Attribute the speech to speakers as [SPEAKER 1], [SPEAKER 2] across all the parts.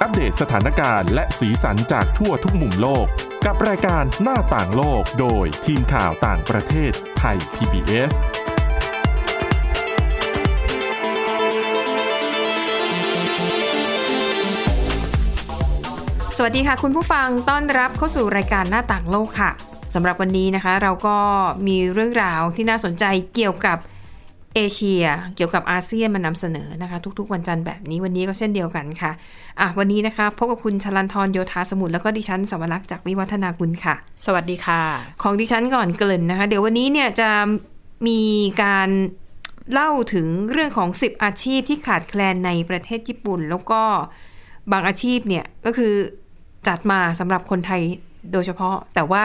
[SPEAKER 1] อัปเดตสถานการณ์และสีสันจากทั่วทุกมุมโลก กับรายการหน้าต่างโลกโดยทีมข่าวต่างประเทศไทย PBS
[SPEAKER 2] สวัสดีค่ะ คุณผู้ฟังต้อนรับเข้าสู่รายการหน้าต่างโลกค่ะสำหรับวันนี้นะคะ เราก็มีเรื่องราวที่น่าสนใจเกี่ยวกับเอเชีย เกี่ยวกับอาเซียนมานำเสนอนะคะ ทุกๆ วันจันทร์แบบนี้วันนี้ก็เช่นเดียวกันค่ะอ่ะ วันนี้นะคะพบกับคุณชลันทรโยธาสมุทรแล้วก็ดิฉันสวรักษ์จากวิวัฒนาคุณค่ะ
[SPEAKER 3] สวัสดีค่ะ
[SPEAKER 2] ของดิฉันก่อนเกริ่นนะคะ เดี๋ยววันนี้เนี่ยจะมีการเล่าถึงเรื่องของ 10 อาชีพที่ขาดแคลนในประเทศญี่ปุ่น แล้วก็บางอาชีพเนี่ยก็คือจัดมาสำหรับคนไทยโดยเฉพาะ แต่ว่า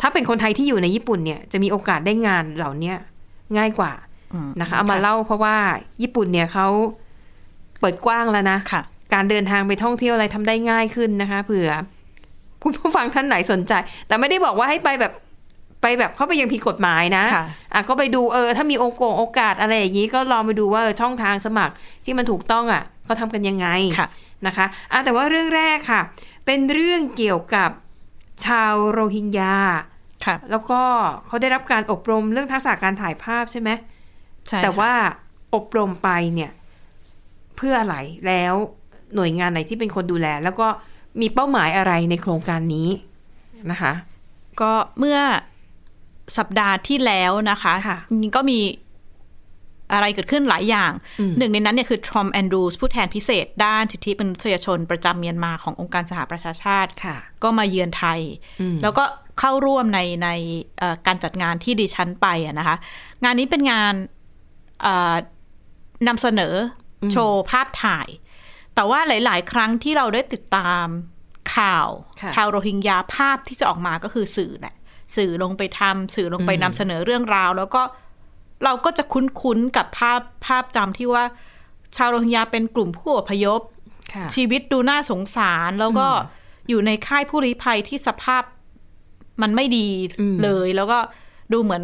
[SPEAKER 2] ถ้าเป็นคนไทยที่อยู่ในญี่ปุ่นเนี่ยจะมีโอกาสได้งานเหล่าเนี้ยง่ายกว่า
[SPEAKER 3] อืม
[SPEAKER 2] นะคะเอามา
[SPEAKER 3] ค่ะ
[SPEAKER 2] เล่าเพราะว่าญี่ปุ่นเนี่ยเขาเปิดกว้างแล้วนะ
[SPEAKER 3] ค่ะ
[SPEAKER 2] การเดินทางไปท่องเที่ยวอะไรทำได้ง่ายขึ้นนะคะเผื่อ คุณผู้ฟังท่านไหนสนใจ แต่ไม่ได้บอกว่าให้ไปแบบไปแบบเข้าไปยังผิดกฎหมายนะ
[SPEAKER 3] ค่ะ
[SPEAKER 2] อ่ะก็ไปดูเออ ถ้ามีโอกงโอกาสอะไรอย่างนี้ก็ลองไปดูว่าเออช่องทางสมัครที่มันถูกต้องอ่ะเขาทำกันยังไง
[SPEAKER 3] ค่ะ
[SPEAKER 2] นะคะอ่ะแต่ว่าเรื่องแรกค่ะ เป็นเรื่องเกี่ยวกับชาวโรฮิงญา
[SPEAKER 3] ค่ะ
[SPEAKER 2] แล้วก็เขาได้รับการอบรมเรื่องทักษะการถ่ายภาพใช่ไหม
[SPEAKER 3] ใช่
[SPEAKER 2] แต่
[SPEAKER 3] ค่ะ
[SPEAKER 2] ว่าอบรมไปเนี่ย เพื่ออะไรแล้วหน่วยงานไหนที่เป็นคนดูแล แล้วก็มีเป้าหมายอะไรในโครงการนี้นะคะ
[SPEAKER 3] ก็เมื่อสัปดาห์ที่แล้วนะคะ
[SPEAKER 2] ค่ะ
[SPEAKER 3] จริงๆก็มีอะไรเกิดขึ้นหลายอย่าง
[SPEAKER 2] อืม
[SPEAKER 3] หนึ่งในนั้นเนี่ยคือทรอมแอนดรูสผู้แทนพิเศษ ด้านสิทธิมนุษยชนประจำเมียนมาขององค์การสหประชาชาติ
[SPEAKER 2] ค่ะ
[SPEAKER 3] ก็มาเยือนไทย แล้วก็เข้าร่วมในในเอ่อการจัดงานที่ดิฉันไปอะนะคะ งานนี้เป็นงานเอ่อนำเสนออโชว์ภาพถ่าย แต่ว่าหลาย ๆ ครั้งที่เราได้ติดตามข่าว
[SPEAKER 2] ค่ะ
[SPEAKER 3] ชาวโรฮิงญาภาพที่จะออกมาก็คือสื่อแหละสื่อลงไปทำสื่อลงไปนำเสนอเรื่องราว แล้วก็เราก็จะคุ้น ๆ กับภาพภาพจำที่ว่า ชาวโรฮิงญาเป็นกลุ่มผู้อพยพ
[SPEAKER 2] ค่ะ
[SPEAKER 3] ชีวิตดูน่าสงสารแล้วก็อยู่ในค่ายผู้ลี้ภัยที่สภาพมันไม่ดี
[SPEAKER 2] อืม
[SPEAKER 3] เลย แล้วก็ดูเหมือน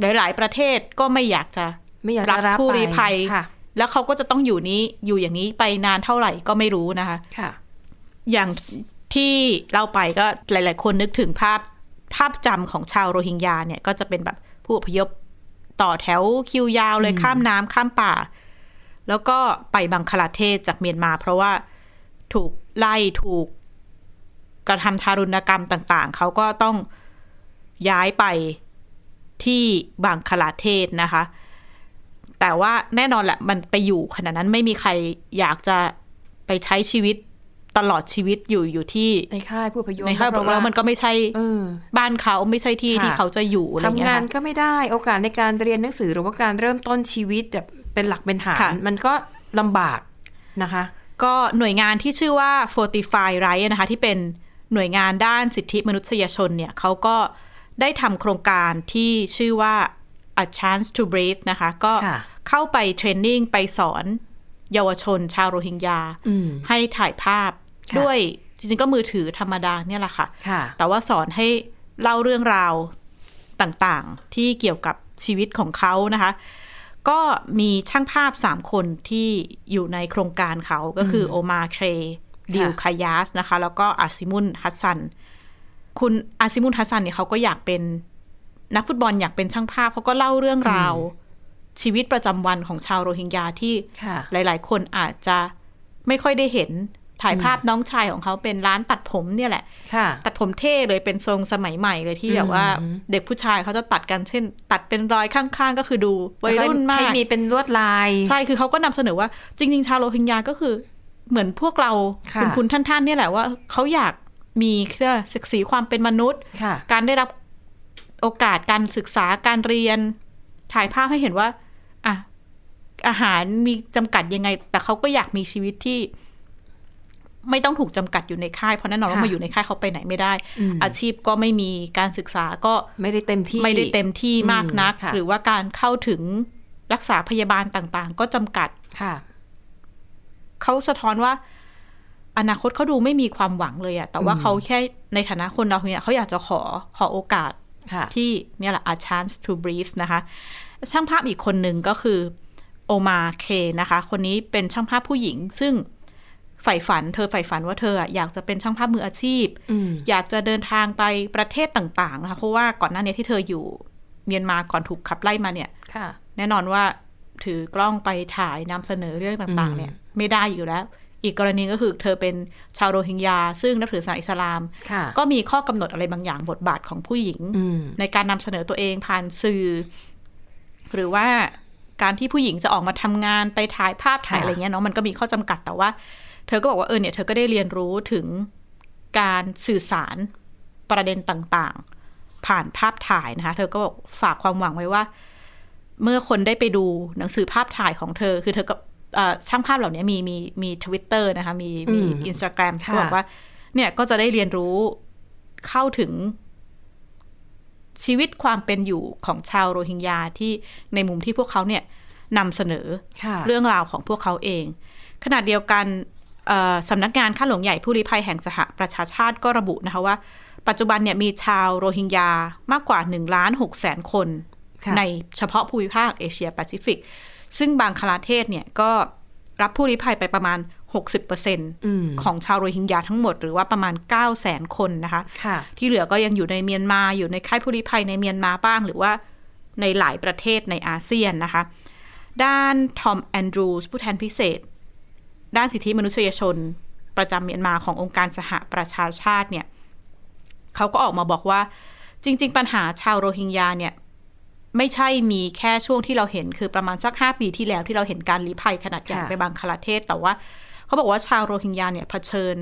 [SPEAKER 3] หลาย ๆ ประเทศก็ไม่อยากจะ
[SPEAKER 2] ไม่อยากจะ
[SPEAKER 3] รั
[SPEAKER 2] รับบ
[SPEAKER 3] ผู้ลี้ภัย
[SPEAKER 2] ค่ะ
[SPEAKER 3] แล้วเขาก็จะต้องอยู่นี้อยู่อย่างนี้ไปนานเท่าไหร่ก็ไม่รู้นะคะ
[SPEAKER 2] ค่ะ
[SPEAKER 3] อย่างที่เราไปก็หลาย ๆ คนนึกถึงภาพภาพจำของชาวโรฮิงญาเนี่ย ก็จะเป็นแบบผู้อพยพต่อแถวคิวยาวเลยข้ามน้ำข้ามป่า แล้วก็ไปบังคลาเทศจากเมียนมา เพราะว่าถูกไล่ถูกกระทำทารุณกรรมต่าง ๆ เขาก็ต้องย้ายไปที่บังคลาเทศนะคะ แต่ว่าแน่นอนแหละมันไปอยู่ขนาดนั้นไม่มีใครอยากจะไปใช้ชีวิตตลอดชีวิตอยู่อยู่ที่
[SPEAKER 2] ในค่ายผู้อพยพ
[SPEAKER 3] ในครอบครัวแล้วมันก็ไม่ใช่
[SPEAKER 2] เออ
[SPEAKER 3] บ้านเขาไม่ใช่ที่
[SPEAKER 2] ค่ะ
[SPEAKER 3] ที่เขาจะอยู่อะไรอย่าง
[SPEAKER 2] ทำ
[SPEAKER 3] เงี้ย
[SPEAKER 2] งาน
[SPEAKER 3] ค่ะ
[SPEAKER 2] ก็ไม่ได้โอกาสในการเรียนหนังสือหรือว่าการเริ่มต้นชีวิตแบบเป็นหลักเป็นฐาน
[SPEAKER 3] ค่ะ
[SPEAKER 2] มันก็ลำบากนะคะ
[SPEAKER 3] ก็หน่วยงานที่ชื่อว่า Fortify Right นะคะ ที่เป็นหน่วยงานด้านสิทธิมนุษยชนเนี่ยเขาก็ได้ทำโครงการที่ชื่อว่า A Chance to Breathe นะคะ ก็
[SPEAKER 2] ค่ะ
[SPEAKER 3] เข้าไปเทรนนิ่งไปสอนเยาวชนชาวโรฮิงญา
[SPEAKER 2] อืม
[SPEAKER 3] ให้ถ่ายภาพ
[SPEAKER 2] ค่ะ
[SPEAKER 3] ด้วยจริงๆก็มือถือธรรมดาเนี่ยแหละค่ะ
[SPEAKER 2] ค่ะ
[SPEAKER 3] แต่ว่าสอนให้เล่าเรื่องราวต่างๆ ที่เกี่ยวกับชีวิตของเขานะคะ ก็มีช่างภาพ 3 คนที่อยู่ในโครงการเขาก็คือโอมาเครดิว
[SPEAKER 2] ค่ะ
[SPEAKER 3] คายาสนะคะ แล้วก็อาซิมุนฮัสซัน คุณอาซิมุนฮัสซันเนี่ยเขาก็อยากเป็นนักฟุตบอลอยากเป็นช่างภาพเขาก็เล่าเรื่องราวชีวิตประจำวันของชาวโรฮิงญาที่
[SPEAKER 2] ค่ะ
[SPEAKER 3] หลายๆ คนอาจจะไม่ค่อยได้เห็นถ่ายภาพน้องชายของเขาเป็นร้านตัดผมเนี่ยแหละ
[SPEAKER 2] ค่ะ
[SPEAKER 3] ตัดผมเท่เลยเป็นทรงสมัยใหม่เลยที่แบบว่า
[SPEAKER 2] อืม
[SPEAKER 3] เด็กผู้ชายเขาจะตัดกันเช่น ตัดเป็นรอยข้างๆ ก็คือดูวัยรุ่นมา
[SPEAKER 2] ให้
[SPEAKER 3] ก
[SPEAKER 2] มีเป็นลวดลาย
[SPEAKER 3] ใช่คือเขาก็นำเสนอว่า จริง ๆ ชาวโรฮิงญาก็คือเหมือนพวกเรา
[SPEAKER 2] ค่ะ
[SPEAKER 3] ณคุณท่านๆเนี่ยแหละว่าเขาอยากมีเครื่องศักดิ์ศรีความเป็นมนุษย์
[SPEAKER 2] ค่ะ
[SPEAKER 3] การได้รับโอกาสการศึกษาการเรียน ถ่ายภาพให้เห็นว่าอ่ะอาหารมีจำกัดยังไง แต่เขาก็อยากมีชีวิตที่ ไม่ต้องถูกจำกัดอยู่ในค่ายเพราะแน่นอนว่า
[SPEAKER 2] ค่ะ
[SPEAKER 3] มาอยู่ในค่ายเขาไปไหนไม่ได้
[SPEAKER 2] อืม
[SPEAKER 3] อาชีพก็ไม่มีการศึกษาก็
[SPEAKER 2] ไม่ได้เต็มที่
[SPEAKER 3] ไม่ได้เต็มที่มากนัก
[SPEAKER 2] อืมค่ะ
[SPEAKER 3] หรือว่าการเข้าถึงรักษาพยาบาลต่าง ๆ ก็จำกัด
[SPEAKER 2] ค่ะ
[SPEAKER 3] เขาสะท้อนว่า อนาคตเขาดูไม่มีความหวังเลยอะแต่ว่าเขาแค่ในฐานะคนเราเนี่ยเขาอยากจะขอขอโอกาส
[SPEAKER 2] ค่ะ
[SPEAKER 3] ที่เนี่ยแหละ A Chance to Breathe นะคะ ช่างภาพอีกคนหนึ่งก็คือโอมาเคนะคะ คนนี้เป็นช่างภาพผู้หญิง ซึ่ง ใฝ่ฝัน เธอใฝ่ฝันว่าเธออะอยากจะเป็นช่างภาพมืออาชีพ
[SPEAKER 2] อืม
[SPEAKER 3] อยากจะเดินทางไปประเทศต่างๆนะคะเพราะว่าก่อนหน้านี้ที่เธออยู่เมียนมาก่อนถูกขับไล่มาเนี่ย
[SPEAKER 2] ค่ะ
[SPEAKER 3] แน่นอนว่าถือกล้องไปถ่ายนำเสนอเรื่องต่างๆ เนี่ย ไม่ได้อยู่แล้ว อีกกรณีก็คือเธอเป็นชาวโรฮิงญา ซึ่งนับถือศาสนาอิสลาม
[SPEAKER 2] ค่ะ
[SPEAKER 3] ก็มีข้อกำหนดอะไรบางอย่างบทบาทของผู้หญิง
[SPEAKER 2] อืม
[SPEAKER 3] ในการนำเสนอตัวเองผ่านสื่อ หรือว่าการที่ผู้หญิงจะออกมาทำงานไปถ่ายภาพถ่ายอะไรเงี้ยเนาะมันก็มีข้อจำกัดแต่ว่า เธอก็บอกว่าเออเนี่ยเธอก็ได้เรียนรู้ถึงการสื่อสารประเด็นต่างๆ ผ่านภาพถ่ายนะคะ เธอก็บอกฝากความหวังไว้ว่า เมื่อคนได้ไปดูหนังสือภาพถ่ายของเธอ คือเธอก็เอ่อช่างภาพเหล่านี้มีมีมีทวิตเตอร์นะคะ มีมี
[SPEAKER 2] อืม
[SPEAKER 3] อินสตาแกรม
[SPEAKER 2] ค่ะ
[SPEAKER 3] ก็บอกว่า เนี่ยก็จะได้เรียนรู้เข้าถึง ชีวิตความเป็นอยู่ของชาวโรฮิงญาที่ในมุมที่พวกเขาเนี่ยนำเสนอ
[SPEAKER 2] ค่ะ
[SPEAKER 3] เรื่องราวของพวกเขาเอง ขณะเดียวกันเอ่อสำนักงานข้าหลวงใหญ่ผู้ลี้ภัยแห่งสหประชาชาติก็ระบุนะคะว่า ปัจจุบันเนี่ยมีชาวโรฮิงญามากกว่า1ล้าน6แสนคน
[SPEAKER 2] ค่ะ
[SPEAKER 3] ในเฉพาะภูมิภาคเอเชียแปซิฟิก ซึ่งบางคลาเทศเนี่ยก็รับผู้ลี้ภัยไปประมาณ 60%
[SPEAKER 2] อืม
[SPEAKER 3] ของชาวโรฮิงญาทั้งหมด หรือว่าประมาณ 9 0 0 0 0 0 คนนะคะ
[SPEAKER 2] ค่ะ
[SPEAKER 3] ที่เหลือก็ยังอยู่ในเมียนมาอยู่ในค่ายผู้ลี้ภัยในเมียนมาบ้าง หรือว่าในหลายประเทศในอาเซียนนะคะ ด้านทอมแอนดรูสผู้แทนพิเศษ ด้านสิทธิมนุษยชน ประจำเมียนมาขององค์การสหประชาชาติเนี่ยเขาก็ออกมาบอกว่าจริง ๆ ปัญหาชาวโรฮิงญาเนี่ย ไม่ใช่มีแค่ช่วงที่เราเห็นคือประมาณสัก 5 ปีที่แล้วที่เราเห็นการลี้ภัยขนาดใหญ่
[SPEAKER 2] ค่ะ
[SPEAKER 3] ไปบังคลาเทศ แต่ว่าเขาบอกว่าชาวโรฮิงญาเนี่ยเผชิญ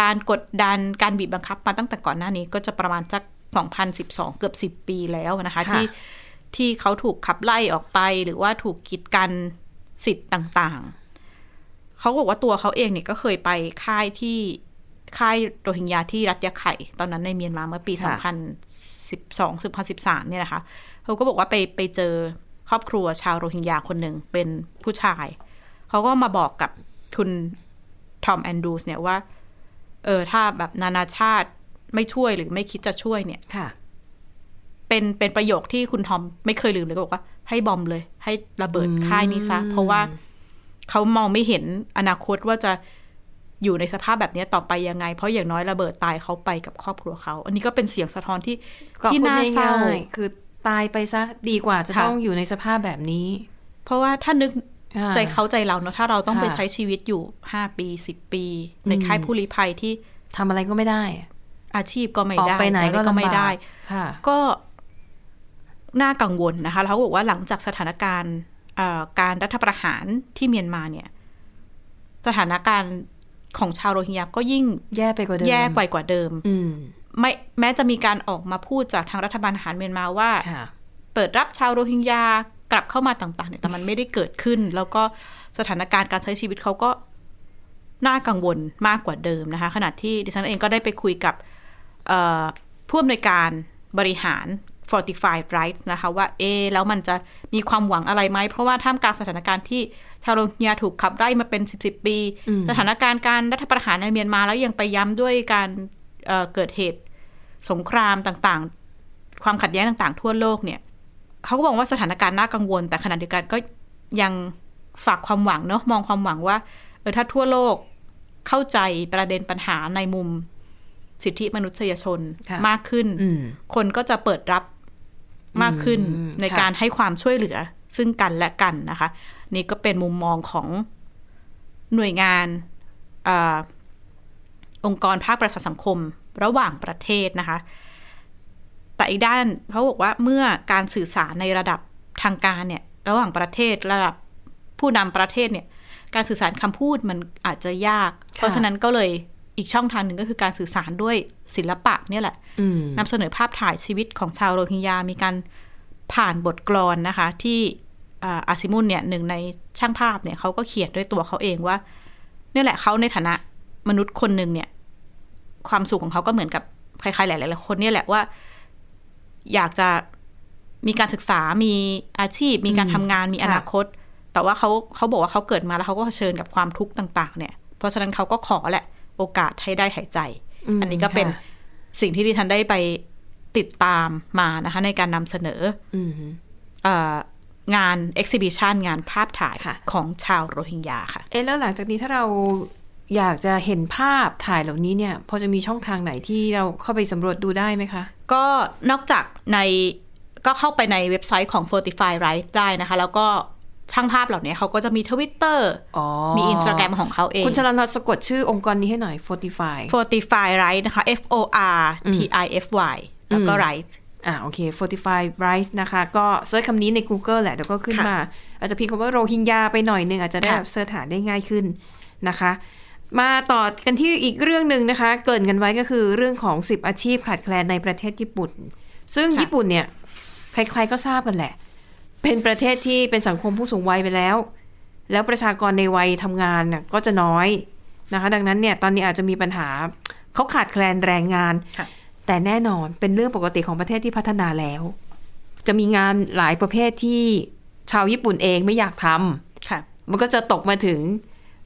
[SPEAKER 3] การกดดันการบีบบังคับมาตั้งแต่ก่อนหน้านี้ก็จะประมาณสัก 2012 เกือบ 10 ปีแล้วนะคะ
[SPEAKER 2] ค่ะ
[SPEAKER 3] ที่ที่เขาถูกขับไล่ออกไป หรือว่าถูกกีดกันสิทธิ์ต่างๆ เขาบอกว่าตัวเขาเองเนี่ยก็เคยไปค่ายที่ค่ายโรฮิงญาที่รัฐยะไข่ ตอนนั้นในเมียนมาเมื่อปี
[SPEAKER 2] ค่ะ
[SPEAKER 3] 2012 2013 เนี่ยนะคะเขาก็บอกว่าไปไปเจอครอบครัวชาวโรฮิงญาคนหนึ่งเป็นผู้ชาย เขาก็มาบอกกับคุณทอมแอนดรูสเนี่ยว่า เออถ้าแบบนานาชาติไม่ช่วยหรือไม่คิดจะช่วยเนี่ย
[SPEAKER 2] ค่ะ
[SPEAKER 3] เป็นเป็นประโยคที่คุณทอมไม่เคยลืมเลยก็บอกว่า ให้บอมเลย ให้ระเบิดค่ายนี้ซะ เพราะว่าเขามองไม่เห็นอนาคตว่าจะอยู่ในสภาพแบบนี้ต่อไปยังไง เพราะอย่างน้อยระเบิดตายเขาไปกับครอบครัวเขา อันนี้ก็เป็นเสียงสะท้อนที่
[SPEAKER 2] ก็
[SPEAKER 3] ที่
[SPEAKER 2] พูด
[SPEAKER 3] น่าเศร้า
[SPEAKER 2] ง่ยๆคือตายไปซะดีกว่าจะ
[SPEAKER 3] ค่ะ
[SPEAKER 2] ต้องอยู่ในสภาพแบบนี้
[SPEAKER 3] เพราะว่าถ้านึก
[SPEAKER 2] อ่
[SPEAKER 3] ใจเขาใจเราเนอะถ้าเราต้อง
[SPEAKER 2] ค่ะ
[SPEAKER 3] ไปใช้ชีวิตอยู่ห้าปีสิบปี ในค่าย
[SPEAKER 2] อืม
[SPEAKER 3] ผู้ลี้ภัยที่
[SPEAKER 2] ทำอะไรก็ไม่ได้
[SPEAKER 3] อาชีพก็ไม่
[SPEAKER 2] ออก
[SPEAKER 3] ได้
[SPEAKER 2] ไปไหนก็
[SPEAKER 3] อะร
[SPEAKER 2] ลำบาก
[SPEAKER 3] ไม่ได้
[SPEAKER 2] ค่ะ
[SPEAKER 3] ก็น่ากังวลนะคะแล้วเขาก็บอกว่าหลังจากสถานการณ์เอ่อการรัฐประหารที่เมียนมาเนี่ย สถานการณ์ของชาวโรฮิงญาก็ยิ่ง
[SPEAKER 2] แย่ไปกว่าเดิม
[SPEAKER 3] แย่ไปกว่าเดิม
[SPEAKER 2] อืม
[SPEAKER 3] ไม่แม้จะมีการออกมาพูดจากทางรัฐบาลทหารเมียนมาว่า
[SPEAKER 2] ค่ะ
[SPEAKER 3] เปิดรับชาวโรฮิงญากลับเข้ามาต่างๆเนี่ยแต่มันไม่ได้เกิดขึ้น แล้วก็สถานการณ์การใช้ชีวิตเขาก็น่ากังวลมากกว่าเดิมนะคะ ขณะที่ดิฉันเองก็ได้ไปคุยกับเอ่อผู้อำนวยการบริหาร Fortify Rights นะคะว่าเอะแล้วมันจะมีความหวังอะไรไหม เพราะว่าท่ามกลางสถานการณ์ที่ชาวโรฮิงญาถูกขับไล่มาเป็น 10บปี
[SPEAKER 2] อืม
[SPEAKER 3] สถานการณ์การรัฐประหารในเมียนมาแล้วยังไปย้ำด้วยการเอ่อเกิดเหตุสงครามต่างๆ ความขัดแย้งต่างๆ ทั่วโลกเนี่ย เขาก็บอกว่าสถานการณ์น่ากังวล แต่ขณะเดียวกันก็ยังฝากความหวังเนาะมองความหวังว่าเออถ้าทั่วโลกเข้าใจประเด็นปัญหาในมุมสิทธิมนุษยชน
[SPEAKER 2] ค่ะ
[SPEAKER 3] มากขึ้น
[SPEAKER 2] อืม
[SPEAKER 3] คนก็จะเปิดรับมากขึ้น
[SPEAKER 2] อืม
[SPEAKER 3] ใน
[SPEAKER 2] ค่ะ
[SPEAKER 3] การให้ความช่วยเหลือ ซึ่งกันและกันนะคะ นี่ก็เป็นมุมมองของหน่วยงานเออองค์กรภาคประชาสังคมระหว่างประเทศนะคะ แต่อีกด้านเขาบอกว่าเมื่อการสื่อสารในระดับทางการเนี่ย ระหว่างประเทศระดับผู้นำประเทศเนี่ย การสื่อสารคำพูดมันอาจจะยาก เพราะฉะนั้นก็เลยอีกช่องทางหนึ่งก็คือการสื่อสารด้วยศิลปะเนี่ยแหละ
[SPEAKER 2] อืม
[SPEAKER 3] นำเสนอภาพถ่ายชีวิตของชาวโรฮิงญา มีการผ่านบทกลอนนะคะ ที่อ่าอาซิมุนเนี่ยหนึ่งในช่างภาพเนี่ยเขาก็เขียนด้วยตัวเขาเองว่าเนี่ยแหละเขาในฐานะมนุษย์คนหนึ่งเนี่ย ความสุขของเขาก็เหมือนกับใครๆหลายๆคนเนี่ยแหละว่า อยากจะมีการศึกษา มีอาชีพ มีการ
[SPEAKER 2] อืม
[SPEAKER 3] ทำงาน มีอ
[SPEAKER 2] ค่ะ
[SPEAKER 3] นาคต แต่ว่าเขาเขาบอกว่าเขาเกิดมาแล้วเขาก็เผชิญกับความทุกข์ต่าง ๆ เนี่ย เพราะฉะนั้นเขาก็ขอแหละ โอกาสให้ได้หายใจ
[SPEAKER 2] ม
[SPEAKER 3] อันนี้ก็เป็น
[SPEAKER 2] ค่ะ
[SPEAKER 3] สิ่งที่ดิฉันได้ไปติดตามมานะคะ ในการนำเสนอ
[SPEAKER 2] อืม
[SPEAKER 3] เอองาน e อ h i b i t i o n งานภาพถ่าย
[SPEAKER 2] ค่ะ
[SPEAKER 3] ของชาวโรฮิงญาค่ะ
[SPEAKER 2] เอ๊ะแล้วหลังจากนี้ถ้าเรา อยากจะเห็นภาพถ่ายเหล่านี้เนี่ย พอจะมีช่องทางไหนที่เราเข้าไปสำรวจดูได้ไหมคะ
[SPEAKER 3] ก็นอกจากในก็เข้าไปในเว็บไซต์ของ Fortify Rights ได้นะคะ แล้วก็ช่างภาพเหล่านี้เขาก็จะมี Twitter
[SPEAKER 2] อ๋อ
[SPEAKER 3] มี Instagram ของเขาเอง
[SPEAKER 2] คุณชลันทร์สะกดชื่อองค์กรนี้ให้หน่อย Fortify
[SPEAKER 3] Fortify Rights นะคะ F O R T I F Y แล้วก็ Rights
[SPEAKER 2] อ่าโอเค Fortify Rice นะคะ ก็เซิร์ชคำนี้ใน Google แหละเดี๋ยวก็ขึ้น
[SPEAKER 3] ค่ะ
[SPEAKER 2] มา อาจจะพิมพ์คำว่าโรฮิงญาไปหน่อยหนึงอาจจะได้
[SPEAKER 3] ค่ะ
[SPEAKER 2] แบบเสิร์ชหาได้ง่ายขึ้นนะคะ มาต่อกันที่อีกเรื่องหนึ่งนะคะ เกรินกันไว้ก็คือเรื่องของ 10 อาชีพขาดแคลนในประเทศญี่ปุ่น ซึ่งญี่ปุ่นเนี่ย ใครๆก็ทราบกันแหละ เป็นประเทศที่เป็นสังคมผู้สูงวัยไปแล้ว แล้วประชากรในวัยทำงานน่ะก็จะน้อยนะคะ ดังนั้นเนี่ยตอนนี้อาจจะมีปัญหาเขาขาดแคลนแรงงาน
[SPEAKER 3] ค่ะ
[SPEAKER 2] แต่แน่นอนเป็นเรื่องปกติของประเทศที่พัฒนาแล้ว จะมีงานหลายประเภทที่ชาวญี่ปุ่นเองไม่อยากทำ
[SPEAKER 3] ค่ะ
[SPEAKER 2] มันก็จะตกมาถึง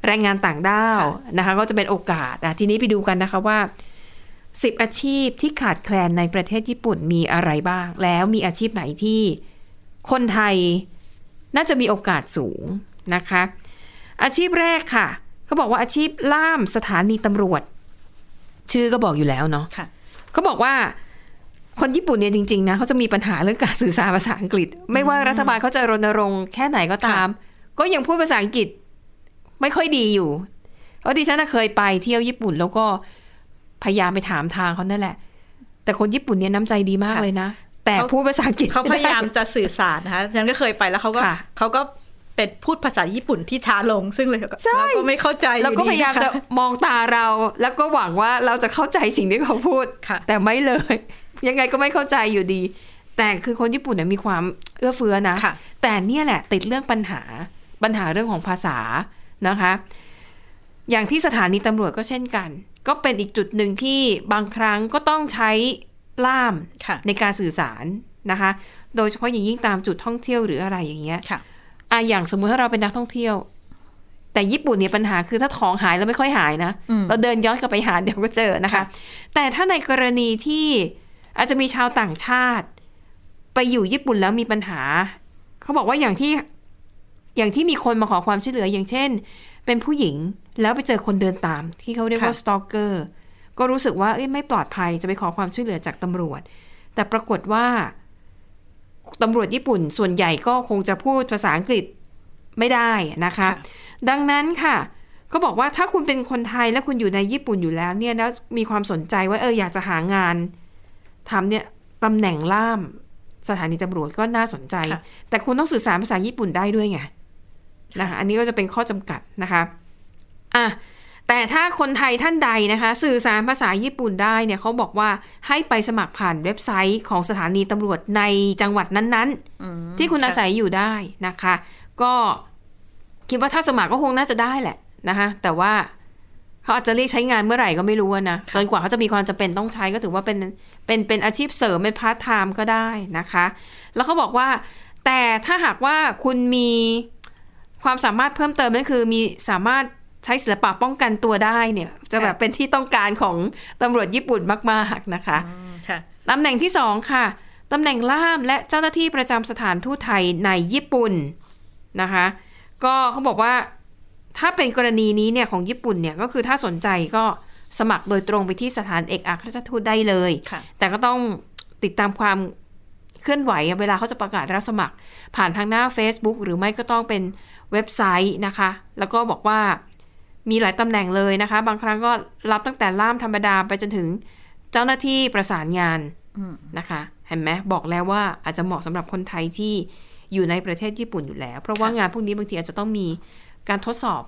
[SPEAKER 2] แรงงานต่างด้าวนะคะ ก็จะเป็นโอกาสอ่ะทีนี้ไปดูกันนะคะว่า 10 อาชีพที่ขาดแคลนในประเทศญี่ปุ่นมีอะไรบ้าง แล้วมีอาชีพไหนที่คนไทยน่าจะมีโอกาสสูงนะคะ อาชีพแรกค่ะเขาบอกว่าอาชีพล่ามสถานีตำรวจ ชื่อก็บอกอยู่แล้วเนาะ
[SPEAKER 3] ค่ะ
[SPEAKER 2] เขาบอกว่าคนญี่ปุ่นเนี่ยจริงๆนะเขาจะมีปัญหาเรื่องการสื่อสารภาษาอังกฤษ ไม่ว่ารัฐบาลเขาจะรณรงค์แค่ไหนก็ตาม ก็ยังพูดภาษาอังกฤษไม่ค่อยดีอยู่เพราะดิฉันน่ะเคยไปเที่ยวญี่ปุ่นแล้วก็พยายามไปถามทางเขานั่นแหละ แต่คนญี่ปุ่นเนี่ยน้ำใจดีมาก
[SPEAKER 3] ค่ะ
[SPEAKER 2] เลยนะ แต่
[SPEAKER 3] เขา
[SPEAKER 2] พูดภาษาอังกฤษ
[SPEAKER 3] เขาพ
[SPEAKER 2] ไได้
[SPEAKER 3] ยายามจะสื่อสารนะคะฉันก็เคยไปแล้วเขาก็
[SPEAKER 2] ค่ะ
[SPEAKER 3] เขาก็เป็นพูดภาษาญี่ปุ่นที่ช้าลงซึ่งเลยเราก็ไม่เข้าใจอ
[SPEAKER 2] เราก็
[SPEAKER 3] ดี
[SPEAKER 2] พยายาม
[SPEAKER 3] นค
[SPEAKER 2] จะมองตาเรา แล้วก็หวังว่าเราจะเข้าใจสิ่งที่เขาพูด
[SPEAKER 3] ค่ะ
[SPEAKER 2] แต่ไม่เลย ยังไงก็ไม่เข้าใจอยู่ดี แต่คือคนญี่ปุ่นเนี่ยมีความเอื้อเฟื้อนะ
[SPEAKER 3] ค่ะ
[SPEAKER 2] แต่เนี่ยแหละติดเรื่องปัญหาปัญหาเรื่องของภาษานะคะ อย่างที่สถานีตำรวจก็เช่นกัน ก็เป็นอีกจุดหนึ่งที่บางครั้งก็ต้องใช้ล่าม
[SPEAKER 3] ค่ะ
[SPEAKER 2] ในการสื่อสารนะคะ โดยเฉพาะอย่างยิ่งตามจุดท่องเที่ยวหรืออะไรอย่างเงี้ย
[SPEAKER 3] ค่ะ
[SPEAKER 2] อะอย่างสมมุติถ้าเราเป็นนักท่องเที่ยว แต่ญี่ปุ่นเนี่ยปัญหาคือถ้าของหายแล้วไม่ค่อยหายนะ
[SPEAKER 3] อืม
[SPEAKER 2] เราเดินย้อนกลับไปหาเดี๋ยวก็เจอนะคะ
[SPEAKER 3] ค่ะ
[SPEAKER 2] แต่ถ้าในกรณีที่อาจจะมีชาวต่างชาติ ไปอยู่ญี่ปุ่นแล้วมีปัญหา เขาบอกว่าอย่างที่อย่างที่มีคนมาขอความช่วยเหลืออย่างเช่น เป็นผู้หญิงแล้วไปเจอคนเดินตาม ที่เขาเรียกว่าสตอกเกอร์ก็รู้สึกว่าเอ๊ะไม่ปลอดภัยจะไปขอความช่วยเหลือจากตำรวจ แต่ปรากฏว่า ตำรวจญี่ปุ่นส่วนใหญ่ก็คงจะพูดภาษาอังกฤษไม่ได้นะคะ
[SPEAKER 3] ค่ะ
[SPEAKER 2] ดังนั้นค่ะ ก็บอกว่าถ้าคุณเป็นคนไทยและคุณอยู่ในญี่ปุ่นอยู่แล้วเนี่ยแล้วมีความสนใจว่าเอออยากจะหางานทำเนี่ยตำแหน่งล่ามสถานีตำรวจก็น่าสนใจ
[SPEAKER 3] ค่ะ
[SPEAKER 2] แต่คุณต้องสื่อสารภาษาญี่ปุ่นได้ด้วยไงนะคะอันนี้ก็จะเป็นข้อจำกัดนะคะอ่ะแต่ถ้าคนไทยท่านใดนะคะ สื่อสารภาษาญี่ปุ่นได้เนี่ยเขาบอกว่าให้ไปสมัครผ่านเว็บไซต์ของสถานีตำรวจในจังหวัดนั้นๆ
[SPEAKER 3] อืม
[SPEAKER 2] ที่คุณอา
[SPEAKER 3] ะ
[SPEAKER 2] ศัยอยู่ได้นะคะ ก็คิดว่าถ้าสมัครก็คงน่าจะได้แหละนะคะ แต่ว่าเขาอาจจะเรียกใช้งานเมื่อไหร่ก็ไม่รู้อะนะ
[SPEAKER 3] ค่ะ
[SPEAKER 2] จนกว่าเขาจะมีความจำเป็นต้องใช้ก็ถือว่าเป็นเป็นเป็นอาชีพเสริมเป็นพาร์ทไทม์ก็ได้นะคะ แล้วเขาบอกว่า แต่ถ้าหากว่าคุณมีความสามารถเพิ่มเติมนั่นคือมีสามารถใช้ศิลปะป้องกันตัวได้เนี่ย จะแบบเป็นที่ต้องการของตำรวจญี่ปุ่นมากๆนะคะ
[SPEAKER 3] อืมค่ะ
[SPEAKER 2] ตำแหน่งที่ 2 ค่ะ ตำแหน่งล่ามและเจ้าหน้าที่ประจำสถานทูตไทยในญี่ปุ่นนะคะ ก็เขาบอกว่าถ้าเป็นกรณีนี้เนี่ยของญี่ปุ่นเนี่ยก็คือถ้าสนใจก็สมัครโดยตรงไปที่สถานเอกอัครราชทูตได้เลย
[SPEAKER 3] ค่ะ
[SPEAKER 2] แต่ก็ต้องติดตามความเคลื่อนไหวเวลาเขาจะประกาศรับสมัคร ผ่านทางหน้า Facebook หรือไม่ก็ต้องเป็นเว็บไซต์นะคะ แล้วก็บอกว่ามีหลายตำแหน่งเลยนะคะ บางครั้งก็รับตั้งแต่ล่ามธรรมดาไปจนถึงเจ้าหน้าที่ประสานงาน
[SPEAKER 3] อืม
[SPEAKER 2] นะคะ เห็นไหมบอกแล้วว่าอาจจะเหมาะสำหรับคนไทยที่อยู่ในประเทศญี่ปุ่นอยู่แล้ว เพราะว่างานพวกนี้บางทีอาจจะต้องมีการทดสอบ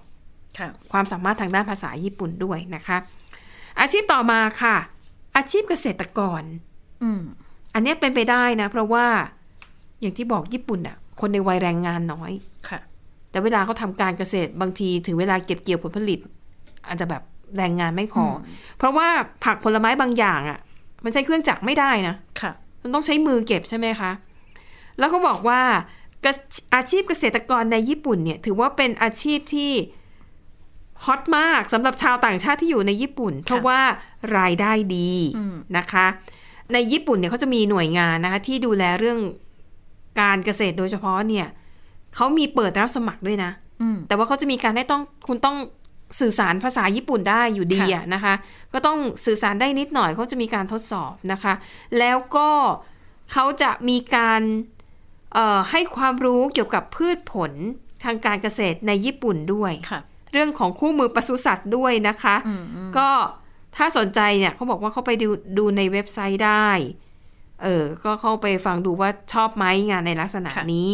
[SPEAKER 3] ค่ะ
[SPEAKER 2] ความสามารถทางด้านภาษาญี่ปุ่นด้วยนะคะ อาชีพต่อมาค่ะ อาชีพเกษตรกร
[SPEAKER 3] อืม
[SPEAKER 2] อันเนี้ยเป็นไปได้นะ เพราะว่าอย่างที่บอกญี่ปุ่นอ่ะ คนในวัยแรงงานน้อย
[SPEAKER 3] ค่ะ
[SPEAKER 2] แต่เวลาเขาทำการเกษตรบางทีถึงเวลาเก็บเกี่ยวผลผลิต อาจจะแบบแรงงานไม่พออเพราะว่าผักผลไม้บางอย่างอ่ะ มันใช้เครื่องจักรไม่ได้นะ
[SPEAKER 3] ค่ะ
[SPEAKER 2] มันต้องใช้มือเก็บใช่ไหมคะ แล้วเขาบอกว่าเกษอาชีพเกษตรกรในญี่ปุ่นเนี่ย ถือว่าเป็นอาชีพที่ฮอตมากสำหรับชาวต่างชาติที่อยู่ในญี่ปุ่น เพราะว่ารายได้ดี
[SPEAKER 3] อืม
[SPEAKER 2] นะคะ ในญี่ปุ่นเนี่ยเขาจะมีหน่วยงานนะคะ ที่ดูแลเรื่องการเกษตรโดยเฉพาะเนี่ยเขามีเปิดรับสมัครด้วยนะ
[SPEAKER 3] อืม
[SPEAKER 2] แต่ว่าเขาจะมีการให้ต้องคุณต้อง สื่อสารภาษาญี่ปุ่นได้อยู่ดี
[SPEAKER 3] ค่ะ
[SPEAKER 2] อะนะคะ ก็ต้องสื่อสารได้นิดหน่อยเขาจะมีการทดสอบนะคะ แล้วก็เขาจะมีการเอ่อให้ความรู้เกี่ยวกับพืชผลทางการเกษตรในญี่ปุ่นด้วย
[SPEAKER 3] ค่ะ
[SPEAKER 2] เรื่องของคู่มือปศุสัตว์ด้วยนะคะ ก็ถ้าสนใจเนี่ยเขาบอกว่าเขาไปดูดูในเว็บไซต์ได้ เออ ก็เข้าไปฟังดูว่าชอบไหมงานในลักษณะ
[SPEAKER 3] ค่ะ
[SPEAKER 2] นี้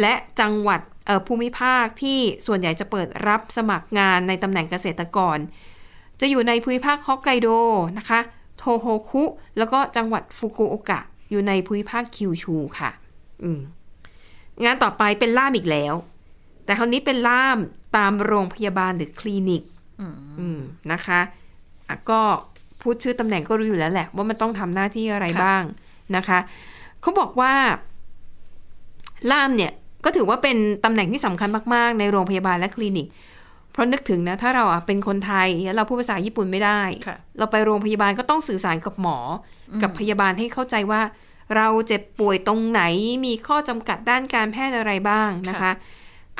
[SPEAKER 2] และจังหวัดเอ่อภูมิภาคที่ส่วนใหญ่จะเปิดรับสมัครงานในตำแหน่งเกษตรกร จะอยู่ในภูมิภาคฮอกไกโดนะคะ โทโฮคุ แล้วก็จังหวัดฟุกุโอกะ อยู่ในภูมิภาคคิวชูค่ะ อืม งานต่อไปเป็นล่ามอีกแล้ว แต่คราวนี้เป็นล่ามตามโรงพยาบาลหรือคลินิกอืมนะคะอ่ะก็พูดชื่อตำแหน่งก็รู้อยู่แล้วแหละ ว่ามันต้องทำหน้าที่อะไร
[SPEAKER 3] ค่ะ
[SPEAKER 2] บ้างนะคะ เขาบอกว่า ล่ามเนี่ยก็ถือว่าเป็นตำแหน่งที่สำคัญมาก ๆ ในโรงพยาบาลและคลินิก เพราะนึกถึงนะ ถ้าเราอ่ะเป็นคนไทยแล้วเราพูดภาษาญี่ปุ่นไม่ได้
[SPEAKER 3] ค่ะ
[SPEAKER 2] เราไปโรงพยาบาลก็ต้องสื่อสารกับหมอ กับพยาบาลให้เข้าใจว่า เราเจ็บป่วยตรงไหนมีข้อจำกัดด้านการแพทย์อะไรบ้างนะคะ
[SPEAKER 3] ค่ะ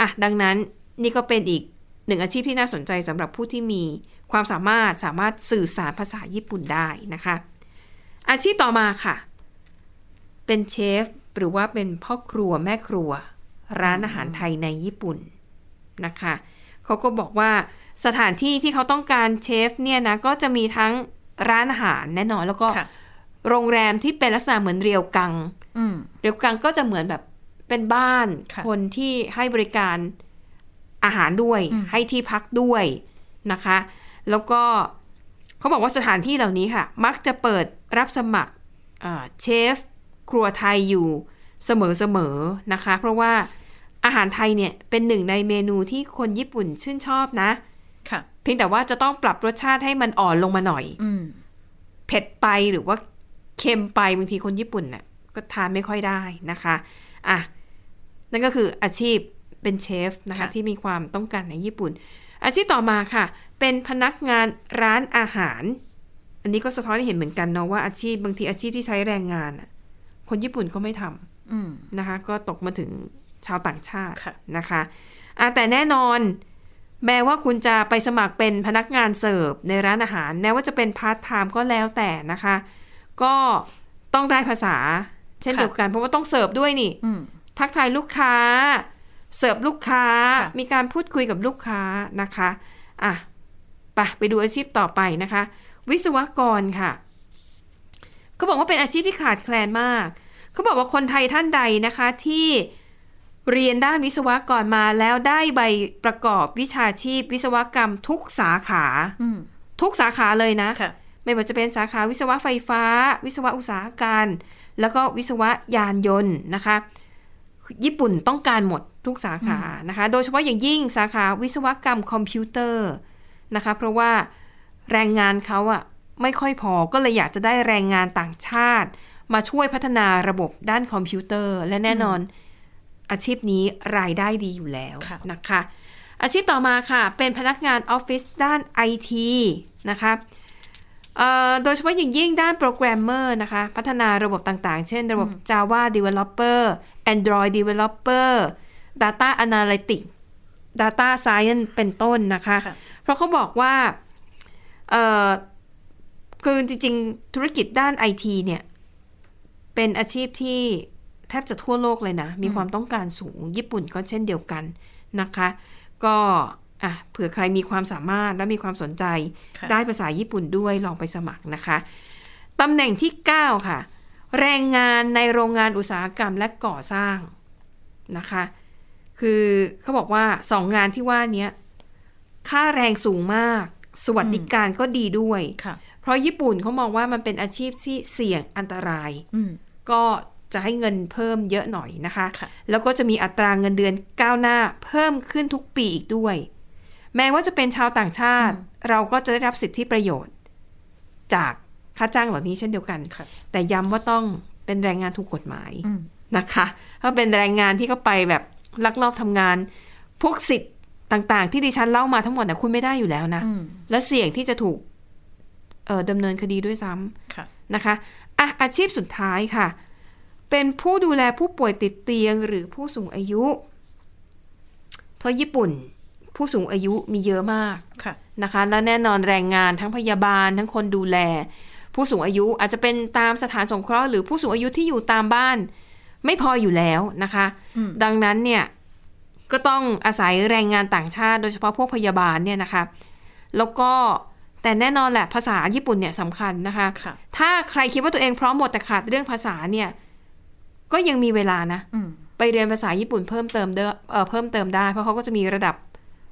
[SPEAKER 2] อ่ะ ดังนั้นนี่ก็เป็นอีกหนึ่งอาชีพที่น่าสนใจสำหรับผู้ที่มีความสามารถสามารถสื่อสารภาษาญี่ปุ่นได้นะคะ อาชีพต่อมาค่ะ เป็นเชฟหรือว่าเป็นพ่อครัวแม่ครัว ร้านอาหารไทยในญี่ปุ่นนะคะ เขาก็บอกว่าสถานที่ที่เขาต้องการเชฟเนี่ยนะก็จะมีทั้งร้านอาหารแน่นอนแล้วก็
[SPEAKER 3] ค่ะ
[SPEAKER 2] โรงแรมที่เป็นลักษณะเหมือนเรียวกัง
[SPEAKER 3] อืม
[SPEAKER 2] เรียวกังก็จะเหมือนแบบเป็นบ้าน
[SPEAKER 3] ค่ะ
[SPEAKER 2] นที่ให้บริการอาหารด้วย
[SPEAKER 3] อืม
[SPEAKER 2] ให้ที่พักด้วยนะคะ แล้วก็เขาบอกว่าสถานที่เหล่านี้ค่ะ มักจะเปิดรับสมัครเอ่อเชฟ ครัวไทยอยู่เสมอๆนะคะ เพราะว่าอาหารไทยเนี่ยเป็นหนึ่งในเมนูที่คนญี่ปุ่นชื่นชอบนะ
[SPEAKER 3] ค่ะ
[SPEAKER 2] เพียงแต่ว่าจะต้องปรับรสชาติให้มันอ่อนลงมาหน่อย
[SPEAKER 3] อืม
[SPEAKER 2] เผ็ดไปหรือว่าเค็มไปบางทีคนญี่ปุ่นน่ะก็ทานไม่ค่อยได้นะคะอ่ะนั่นก็คืออาชีพเป็นเชฟนะคะ
[SPEAKER 3] ค่ะ
[SPEAKER 2] ที่มีความต้องการในญี่ปุ่น อาชีพต่อมาค่ะ เป็นพนักงานร้านอาหาร อันนี้ก็สะท้อนให้เห็นเหมือนกันเนาะว่าอาชีพบางทีอาชีพที่ใช้แรงงานน่ะคนญี่ปุ่นก็ไม่ทำ
[SPEAKER 3] อืม
[SPEAKER 2] นะคะก็ตกมาถึงชาวต่างชาติ
[SPEAKER 3] ค่ะ
[SPEAKER 2] นะคะอ่ะแต่แน่นอน แม้ว่าคุณจะไปสมัครเป็นพนักงานเสิร์ฟในร้านอาหาร แม้ว่าจะเป็นพาร์ทไทม์ก็แล้วแต่นะคะ ก็ต้องได้ภาษา เช่น
[SPEAKER 3] ค่ะ
[SPEAKER 2] เดียวกันเพราะว่าต้องเสิร์ฟด้วยนี่
[SPEAKER 3] อืม
[SPEAKER 2] ทักทายลูกค้า เสิร์ฟลูกค้า
[SPEAKER 3] ค่ะ
[SPEAKER 2] มีการพูดคุยกับลูกค้านะคะอ่ะไปไปดูอาชีพต่อไปนะคะ วิศวกรค่ะ ก็บอกว่าเป็นอาชีพที่ขาดแคลนมาก เขาบอกว่าคนไทยท่านใดนะคะที่เรียนด้านวิศวกรมาแล้วได้ใบประกอบวิชาชีพ วิศวกรรมทุกสาขา
[SPEAKER 3] อืม
[SPEAKER 2] ทุกสาขาเลยนะ
[SPEAKER 3] ค่ะ
[SPEAKER 2] ไม่ว่าจะเป็นสาขาวิศวะไฟฟ้า วิศวะอุตสาหการ แล้วก็วิศวะยานยนต์นะคะ ญี่ปุ่นต้องการหมดทุกสาขานะคะ โดยเฉพาะอย่างยิ่งสาขาวิศวกรรมคอมพิวเตอร์นะคะ เพราะว่าแรงงานเขาอะไม่ค่อยพอก็เลยอยากจะได้แรงงานต่างชาติ มาช่วยพัฒนาระบบด้านคอมพิวเตอร์ และแน่นอนอาชีพนี้รายได้ดีอยู่แล้ว
[SPEAKER 3] ค่ะ
[SPEAKER 2] นะคะ อาชีพต่อมาค่ะ เป็นพนักงานออฟฟิศด้านไอทีนะคะ เอ่อโดยเฉพาะอย่างยิ่งด้านโปรแกรมเมอร์นะคะ พัฒนาระบบต่างๆ เช่นระบบ Java Developer Android Developer Data Analytics Data Science เป็นต้นนะคะ
[SPEAKER 3] ค่ะ
[SPEAKER 2] เพราะเขาบอกว่าเอ่อคือจริงๆ ธุรกิจด้านไอทีเนี่ย เป็นอาชีพที่แทบจะทั่วโลกเลยนะ มีความต้องการสูงญี่ปุ่นก็เช่นเดียวกันนะคะ ก็อ่ะเผื่อใครมีความสามารถและมีความสนใจ
[SPEAKER 3] ค่ะ
[SPEAKER 2] ได้ภาษาญี่ปุ่นด้วยลองไปสมัครนะคะตำแหน่งที่ 9 ค่ะ แรงงานในโรงงานอุตสาหกรรมและก่อสร้างนะคะ คือเขาบอกว่าสองงานที่ว่าเนี้ยค่าแรงสูงมาก สวัสดิการก็ดีด้วย
[SPEAKER 3] ค่ะ
[SPEAKER 2] เพราะญี่ปุ่นเขามองว่ามันเป็นอาชีพที่เสี่ยงอันตราย
[SPEAKER 3] อืม
[SPEAKER 2] ก็จะให้เงินเพิ่มเยอะหน่อยนะคะ
[SPEAKER 3] ค่ะ
[SPEAKER 2] แล้วก็จะมีอัตราเงินเดือนก้าวหน้าเพิ่มขึ้นทุกปีอีกด้วย แม้ว่าจะเป็นชาวต่างชาติ เราก็จะได้รับสิทธิประโยชน์ จากค่าจ้างเหล่านี้เช่นเดียวกัน
[SPEAKER 3] ค่ะ
[SPEAKER 2] แต่ย้ำว่าต้องเป็นแรงงานถูกกฎหมาย
[SPEAKER 3] อืม
[SPEAKER 2] นะคะถ้าเป็นแรงงานที่เข้าไปแบบลักลอบทำงาน พวกสิทธิ์ต่างๆ ที่ดิฉันเล่ามาทั้งหมดนะคุณไม่ได้อยู่แล้วนะ
[SPEAKER 3] อืม
[SPEAKER 2] และเสี่ยงที่จะถูกเอ่อดำเนินคดีด้วยซ้ำ
[SPEAKER 3] ค่ะ
[SPEAKER 2] นะคะอ่ะอาชีพสุดท้ายค่ะ เป็นผู้ดูแลผู้ป่วยติดเตียงหรือผู้สูงอายุ เพราะญี่ปุ่น ผู้สูงอายุมีเยอะมาก
[SPEAKER 3] ค่ะ
[SPEAKER 2] นะคะและแน่นอนแรงงานทั้งพยาบาลทั้งคนดูแล ผู้สูงอายุอาจจะเป็นตามสถานสงเคราะห์หรือผู้สูงอายุที่อยู่ตามบ้าน ไม่พออยู่แล้วนะคะ
[SPEAKER 3] อืม
[SPEAKER 2] ดังนั้นเนี่ยก็ต้องอาศัยแรงงานต่างชาติ โดยเฉพาะพวกพยาบาลเนี่ยนะคะแล้วก็แต่แน่นอนแหละภาษาญี่ปุ่นเนี่ยสำคัญนะคะ
[SPEAKER 3] ค่ะ
[SPEAKER 2] ถ้าใครคิดว่าตัวเองพร้อมหมดแต่ขาดเรื่องภาษาเนี่ยก็ยังมีเวลานะ
[SPEAKER 3] อืม
[SPEAKER 2] ไปเรียนภาษาญี่ปุ่นเพิ่มเติมเด้อเอ่อเพิ่มเติมได้ เพราะเขาก็จะมีระดับ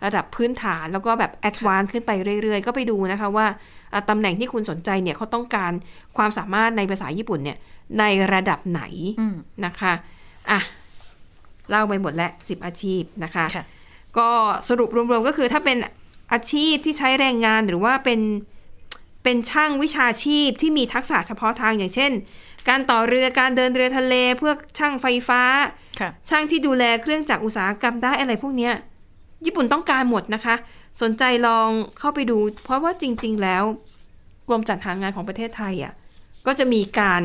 [SPEAKER 2] ระดับพื้นฐานแล้วก็แบบแอดวานซ์ขึ้นไปเรื่อยๆ ก็ไปดูนะคะว่าเอ่อตำแหน่งที่คุณสนใจเนี่ยเขาต้องการความสามารถในภาษาญี่ปุ่นเนี่ยในระดับไหน
[SPEAKER 3] อืม
[SPEAKER 2] นะคะอ่ะเล่าไปหมดแล้ว10 อาชีพนะคะ
[SPEAKER 3] ค่ะ
[SPEAKER 2] ก็สรุปรวมๆก็คือถ้าเป็นอาชีพที่ใช้แรงงานหรือว่าเป็นเป็นช่างวิชาชีพที่มีทักษะเฉพาะทางอย่างเช่น การต่อเรือการเดินเรือทะเลเพื่อช่างไฟฟ้า
[SPEAKER 3] ค่ะ
[SPEAKER 2] ช่างที่ดูแลเครื่องจักรอุตสาหกรรมได้อะไรพวกเนี้ยญี่ปุ่นต้องการหมดนะคะ สนใจลองเข้าไปดู เพราะว่าจริง ๆ แล้วกรมจัดหางานของประเทศไทยอะ่ะก็จะมีการ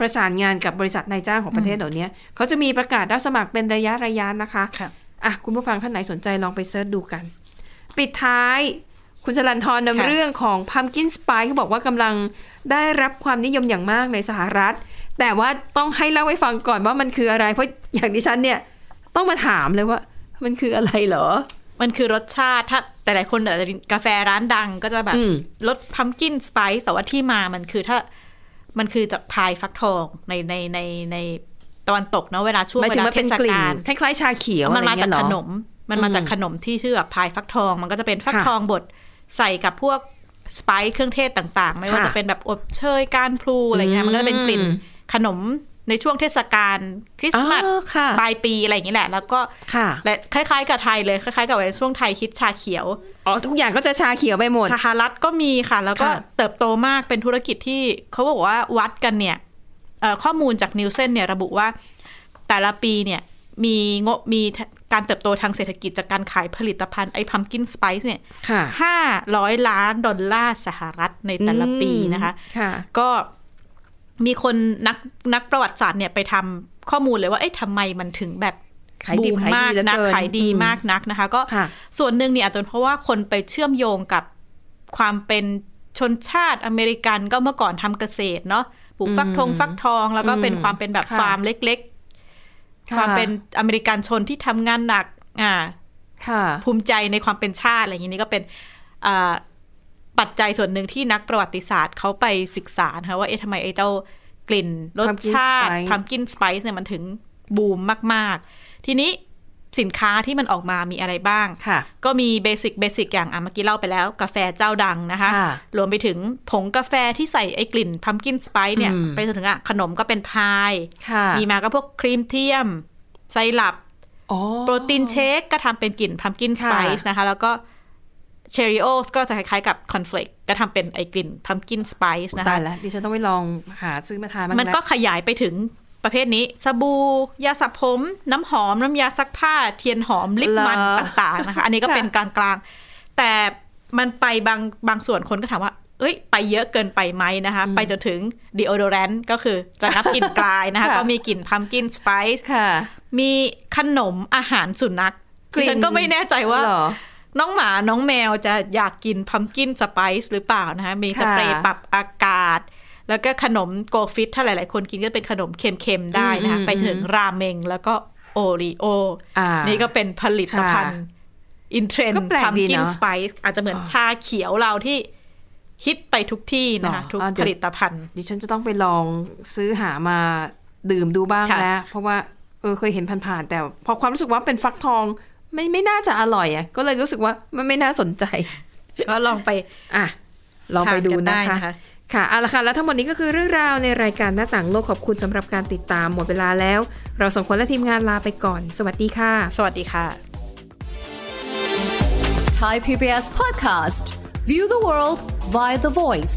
[SPEAKER 2] ประสานงานกับบริษัทนายจ้างของประเทศเหล่านี้เขาจะมีประกาศรับสมัครเป็นระยะระยะๆนะคะ
[SPEAKER 3] ค่ะ
[SPEAKER 2] อ่ะ คุณผู้ฟังท่านไหนสนใจลองไปเซิร์ชดูกัน ปิดท้าย คุณจรันทรนำ
[SPEAKER 3] ค่ะ
[SPEAKER 2] เรื่องของพัมกินสปายเขาบอกว่ากำลังได้รับความนิยมอย่างมากในสหรัฐ แต่ว่าต้องให้เล่าให้ฟังก่อนว่ามันคืออะไร เพราะอย่างดิฉันเนี่ย ต้องมาถามเลยว่า มันคืออะไรเหรอ
[SPEAKER 3] มันคือรสชาติถ้าแต่หลายคนอาจจะกินกาแฟร้านดังก็จะแบบ
[SPEAKER 2] อืม
[SPEAKER 3] รสพัมกินสไปซ์แต่ว่าที่มามันคือถ้ามันคือจากพายฟักทองในในในในตะวันตกเนาะเวลาช่วง
[SPEAKER 2] หมาย
[SPEAKER 3] เว
[SPEAKER 2] ถึง
[SPEAKER 3] ลา
[SPEAKER 2] มัน
[SPEAKER 3] เท
[SPEAKER 2] เป็น
[SPEAKER 3] ศ
[SPEAKER 2] กลิ่น
[SPEAKER 3] กาล
[SPEAKER 2] คล้ายๆชาเขียว
[SPEAKER 3] มันมาจาก
[SPEAKER 2] อะไรอย่งเงี้ยเหรอ
[SPEAKER 3] ขนม มันมาจากขนมที่ชื่อแบบพายฟักทอง มันก็จะเป็นฟัก
[SPEAKER 2] ค่ะ
[SPEAKER 3] ทองบดใส่กับพวกสไปซ์เครื่องเทศต่างๆ ไม่ว่า
[SPEAKER 2] ค่ะ
[SPEAKER 3] จะเป็นแบบอบเชยก้านพลูอะไรเงี้ย มันก็จะเป็นกลิ่น
[SPEAKER 2] อืม
[SPEAKER 3] ขนมในช่วงเทศกาลคริสต์มาส
[SPEAKER 2] อ๋อค่ะ
[SPEAKER 3] ปลายปีอะไรอย่างนี้แหละ แล้วก็
[SPEAKER 2] ค่ะ
[SPEAKER 3] และคล้ายๆกับไทยเลย คล้ายๆกับในช่วงไทยคิดชาเขียว
[SPEAKER 2] อ๋อทุกอย่างก็จะชาเขียวไปหมด
[SPEAKER 3] สหรัฐก็มีค่ะ แล้วก็
[SPEAKER 2] ค่ะ
[SPEAKER 3] เติบโตมากเป็นธุรกิจที่เขาบอกว่าวัดกันเนี่ยเอ่อข้อมูลจากนิวเซนเนี่ยระบุว่าแต่ละปีเนี่ยมีงบมีการเติบโตทางเศรษฐกิจจากการขายผลิตภัณฑ์ไอ้พัมกินสไปซ์เนี่ย
[SPEAKER 2] ค่ะ
[SPEAKER 3] ห้าร้อยล้านดอลลาร์สหรัฐในแต่ละปีนะคะ
[SPEAKER 2] ค่ะ
[SPEAKER 3] ก็มีคนนักนักประวัติศาสตร์เนี่ยไปทำข้อมูลเลยว่าเอ๊ะทำไมมันถึงแบบ
[SPEAKER 2] ขายดิบ
[SPEAKER 3] บูม
[SPEAKER 2] ขายดี
[SPEAKER 3] มาก
[SPEAKER 2] เหลือ
[SPEAKER 3] นัก
[SPEAKER 2] เกิน
[SPEAKER 3] ขายดี
[SPEAKER 2] อืม
[SPEAKER 3] มากนักนะคะ ก็
[SPEAKER 2] ค่ะ
[SPEAKER 3] ส่วนหนึ่งเนี่ยอาจจะเป็นเพราะว่าคนไปเชื่อมโยงกับความเป็นชนชาติอเมริกันก็เมื่อก่อนทำเกษตรเนาะปลูกฟักทองฟักทองแล้วก็เป็นความเป็นแบบฟาร์มเล็ก ๆ ความเป็นอเมริกันชนที่ทำงานหนักอ่า
[SPEAKER 2] ค่ะ
[SPEAKER 3] ภูมิใจในความเป็นชาติอะไรอย่างนี้นี่ก็เป็นอ่าปัจจัยส่วนหนึ่งที่นักประวัติศาสตร์เขาไปศึกษานะคะว่าเอ๊ะทำไมไอ้เจ้ากลิ่นรส
[SPEAKER 2] Pumpkin
[SPEAKER 3] ชาติ
[SPEAKER 2] spice
[SPEAKER 3] พัมกินสไปซ์เนี่ยมันถึงบูมมาก ๆ ทีนี้สินค้าที่มันออกมามีอะไรบ้าง
[SPEAKER 2] ค่ะ
[SPEAKER 3] ก็มีเบสิกเบสิกอย่างอ่ะเมื่อกี้เล่าไปแล้ว กาแฟเจ้าดังนะคะ
[SPEAKER 2] ค่ะ
[SPEAKER 3] รวมไปถึงผงกาแฟที่ใส่ไอ้กลิ่นพัมกินสไปซ์เนี่ย
[SPEAKER 2] อืม
[SPEAKER 3] ไปจนถึงอ่ะขนมก็เป็นพาย
[SPEAKER 2] ค่ะ
[SPEAKER 3] มีมาก็พวกครีมเทียมไซรัป
[SPEAKER 2] อ๋อ
[SPEAKER 3] โปรตีนเชคก็ทำเป็นกลิ่นพัมกินส
[SPEAKER 2] ค่ะ
[SPEAKER 3] ไปซ์นะคะ แล้วก็เชอริโอสก็จะคล้ายๆกับคอนเฟลกก็ทำเป็นไอกลิ่นพัมกินสไปซ์นะ
[SPEAKER 2] ตาย
[SPEAKER 3] คะ
[SPEAKER 2] แล้วดิฉันต้องไปลองหาซื้อมาทานบ้าง
[SPEAKER 3] มันก็
[SPEAKER 2] แหละ
[SPEAKER 3] ขยายไปถึงประเภทนี้สบู่ยาสระผม น้ำหอม น้ำยาซักผ้า เทียนหอม ลิปมันต่างๆนะคะ อันนี้ก็เป็นกลางๆ แต่มันไปบางบางส่วนคนก็ถามว่า เอ้ย ไปเยอะเกินไปไหมนะคะ ไปจนถึงดิโอโดแรนต์ก็คือระงับกลิ่นกลายนะคะ ก็มีกลิ่นพัมกินสไปซ์
[SPEAKER 2] ค่ะ
[SPEAKER 3] มีขนมอาหารสุนัข
[SPEAKER 2] กลิ่น
[SPEAKER 3] ดิฉันก็ไม่แน่ใจว่า
[SPEAKER 2] เหรอ
[SPEAKER 3] น้องหมาน้องแมวจะอยากกินพัมกินสไปซ์หรือเปล่านะคะมีสเปรย์
[SPEAKER 2] ค่ะ
[SPEAKER 3] ปรับอากาศ แล้วก็ขนมโกฟิตถ้าหลาย ๆ คนกินก็เป็นขนมเค็ม ๆ ได้นะคะ
[SPEAKER 2] อืม
[SPEAKER 3] ไปถึง
[SPEAKER 2] อืม
[SPEAKER 3] ราเมงแล้วก็โอรีโอ
[SPEAKER 2] อ่า
[SPEAKER 3] นี่ก็เป็นผลิตภัณฑ์ อินเทรน
[SPEAKER 2] ก็แปลก
[SPEAKER 3] พัม
[SPEAKER 2] ดี
[SPEAKER 3] กิน
[SPEAKER 2] เนอะ
[SPEAKER 3] สไปซ์อาจจะเหมือนชาเขียวเราที่ฮิตไปทุกที่นะคะ
[SPEAKER 2] หรอ
[SPEAKER 3] ทุก
[SPEAKER 2] อ่ะเดี๋
[SPEAKER 3] ผ
[SPEAKER 2] ยว
[SPEAKER 3] ลิตภัณฑ์
[SPEAKER 2] ดิฉันจะต้องไปลองซื้อหามาดื่มดูบ้าง
[SPEAKER 3] ค่ะ
[SPEAKER 2] แล้ว เพราะว่าเออเคยเห็นผ่านๆแต่พอความรู้สึกว่าเป็นฟักทองไม่ไม่น่าจะอร่อยอ่ะก็เลยรู้สึกว่ามันไม่น่าสนใจ
[SPEAKER 3] ก็ลองไป
[SPEAKER 2] อ่ะ ลองไปดู
[SPEAKER 3] ทากั
[SPEAKER 2] นะ
[SPEAKER 3] ได้
[SPEAKER 2] คะ ค่ะเอาละค่ะ แล้วทั้งหมดนี้ก็คือเรื่องราวในรายการหน้าต่างโลกขอบคุณสำหรับการติดตามหมดเวลาแล้ว เราสองคนและทีมงานลาไปก่อน สวัสดีค่ะ
[SPEAKER 3] สวัสดีค่ะ
[SPEAKER 4] Thai PBS podcast. View the world via the voice.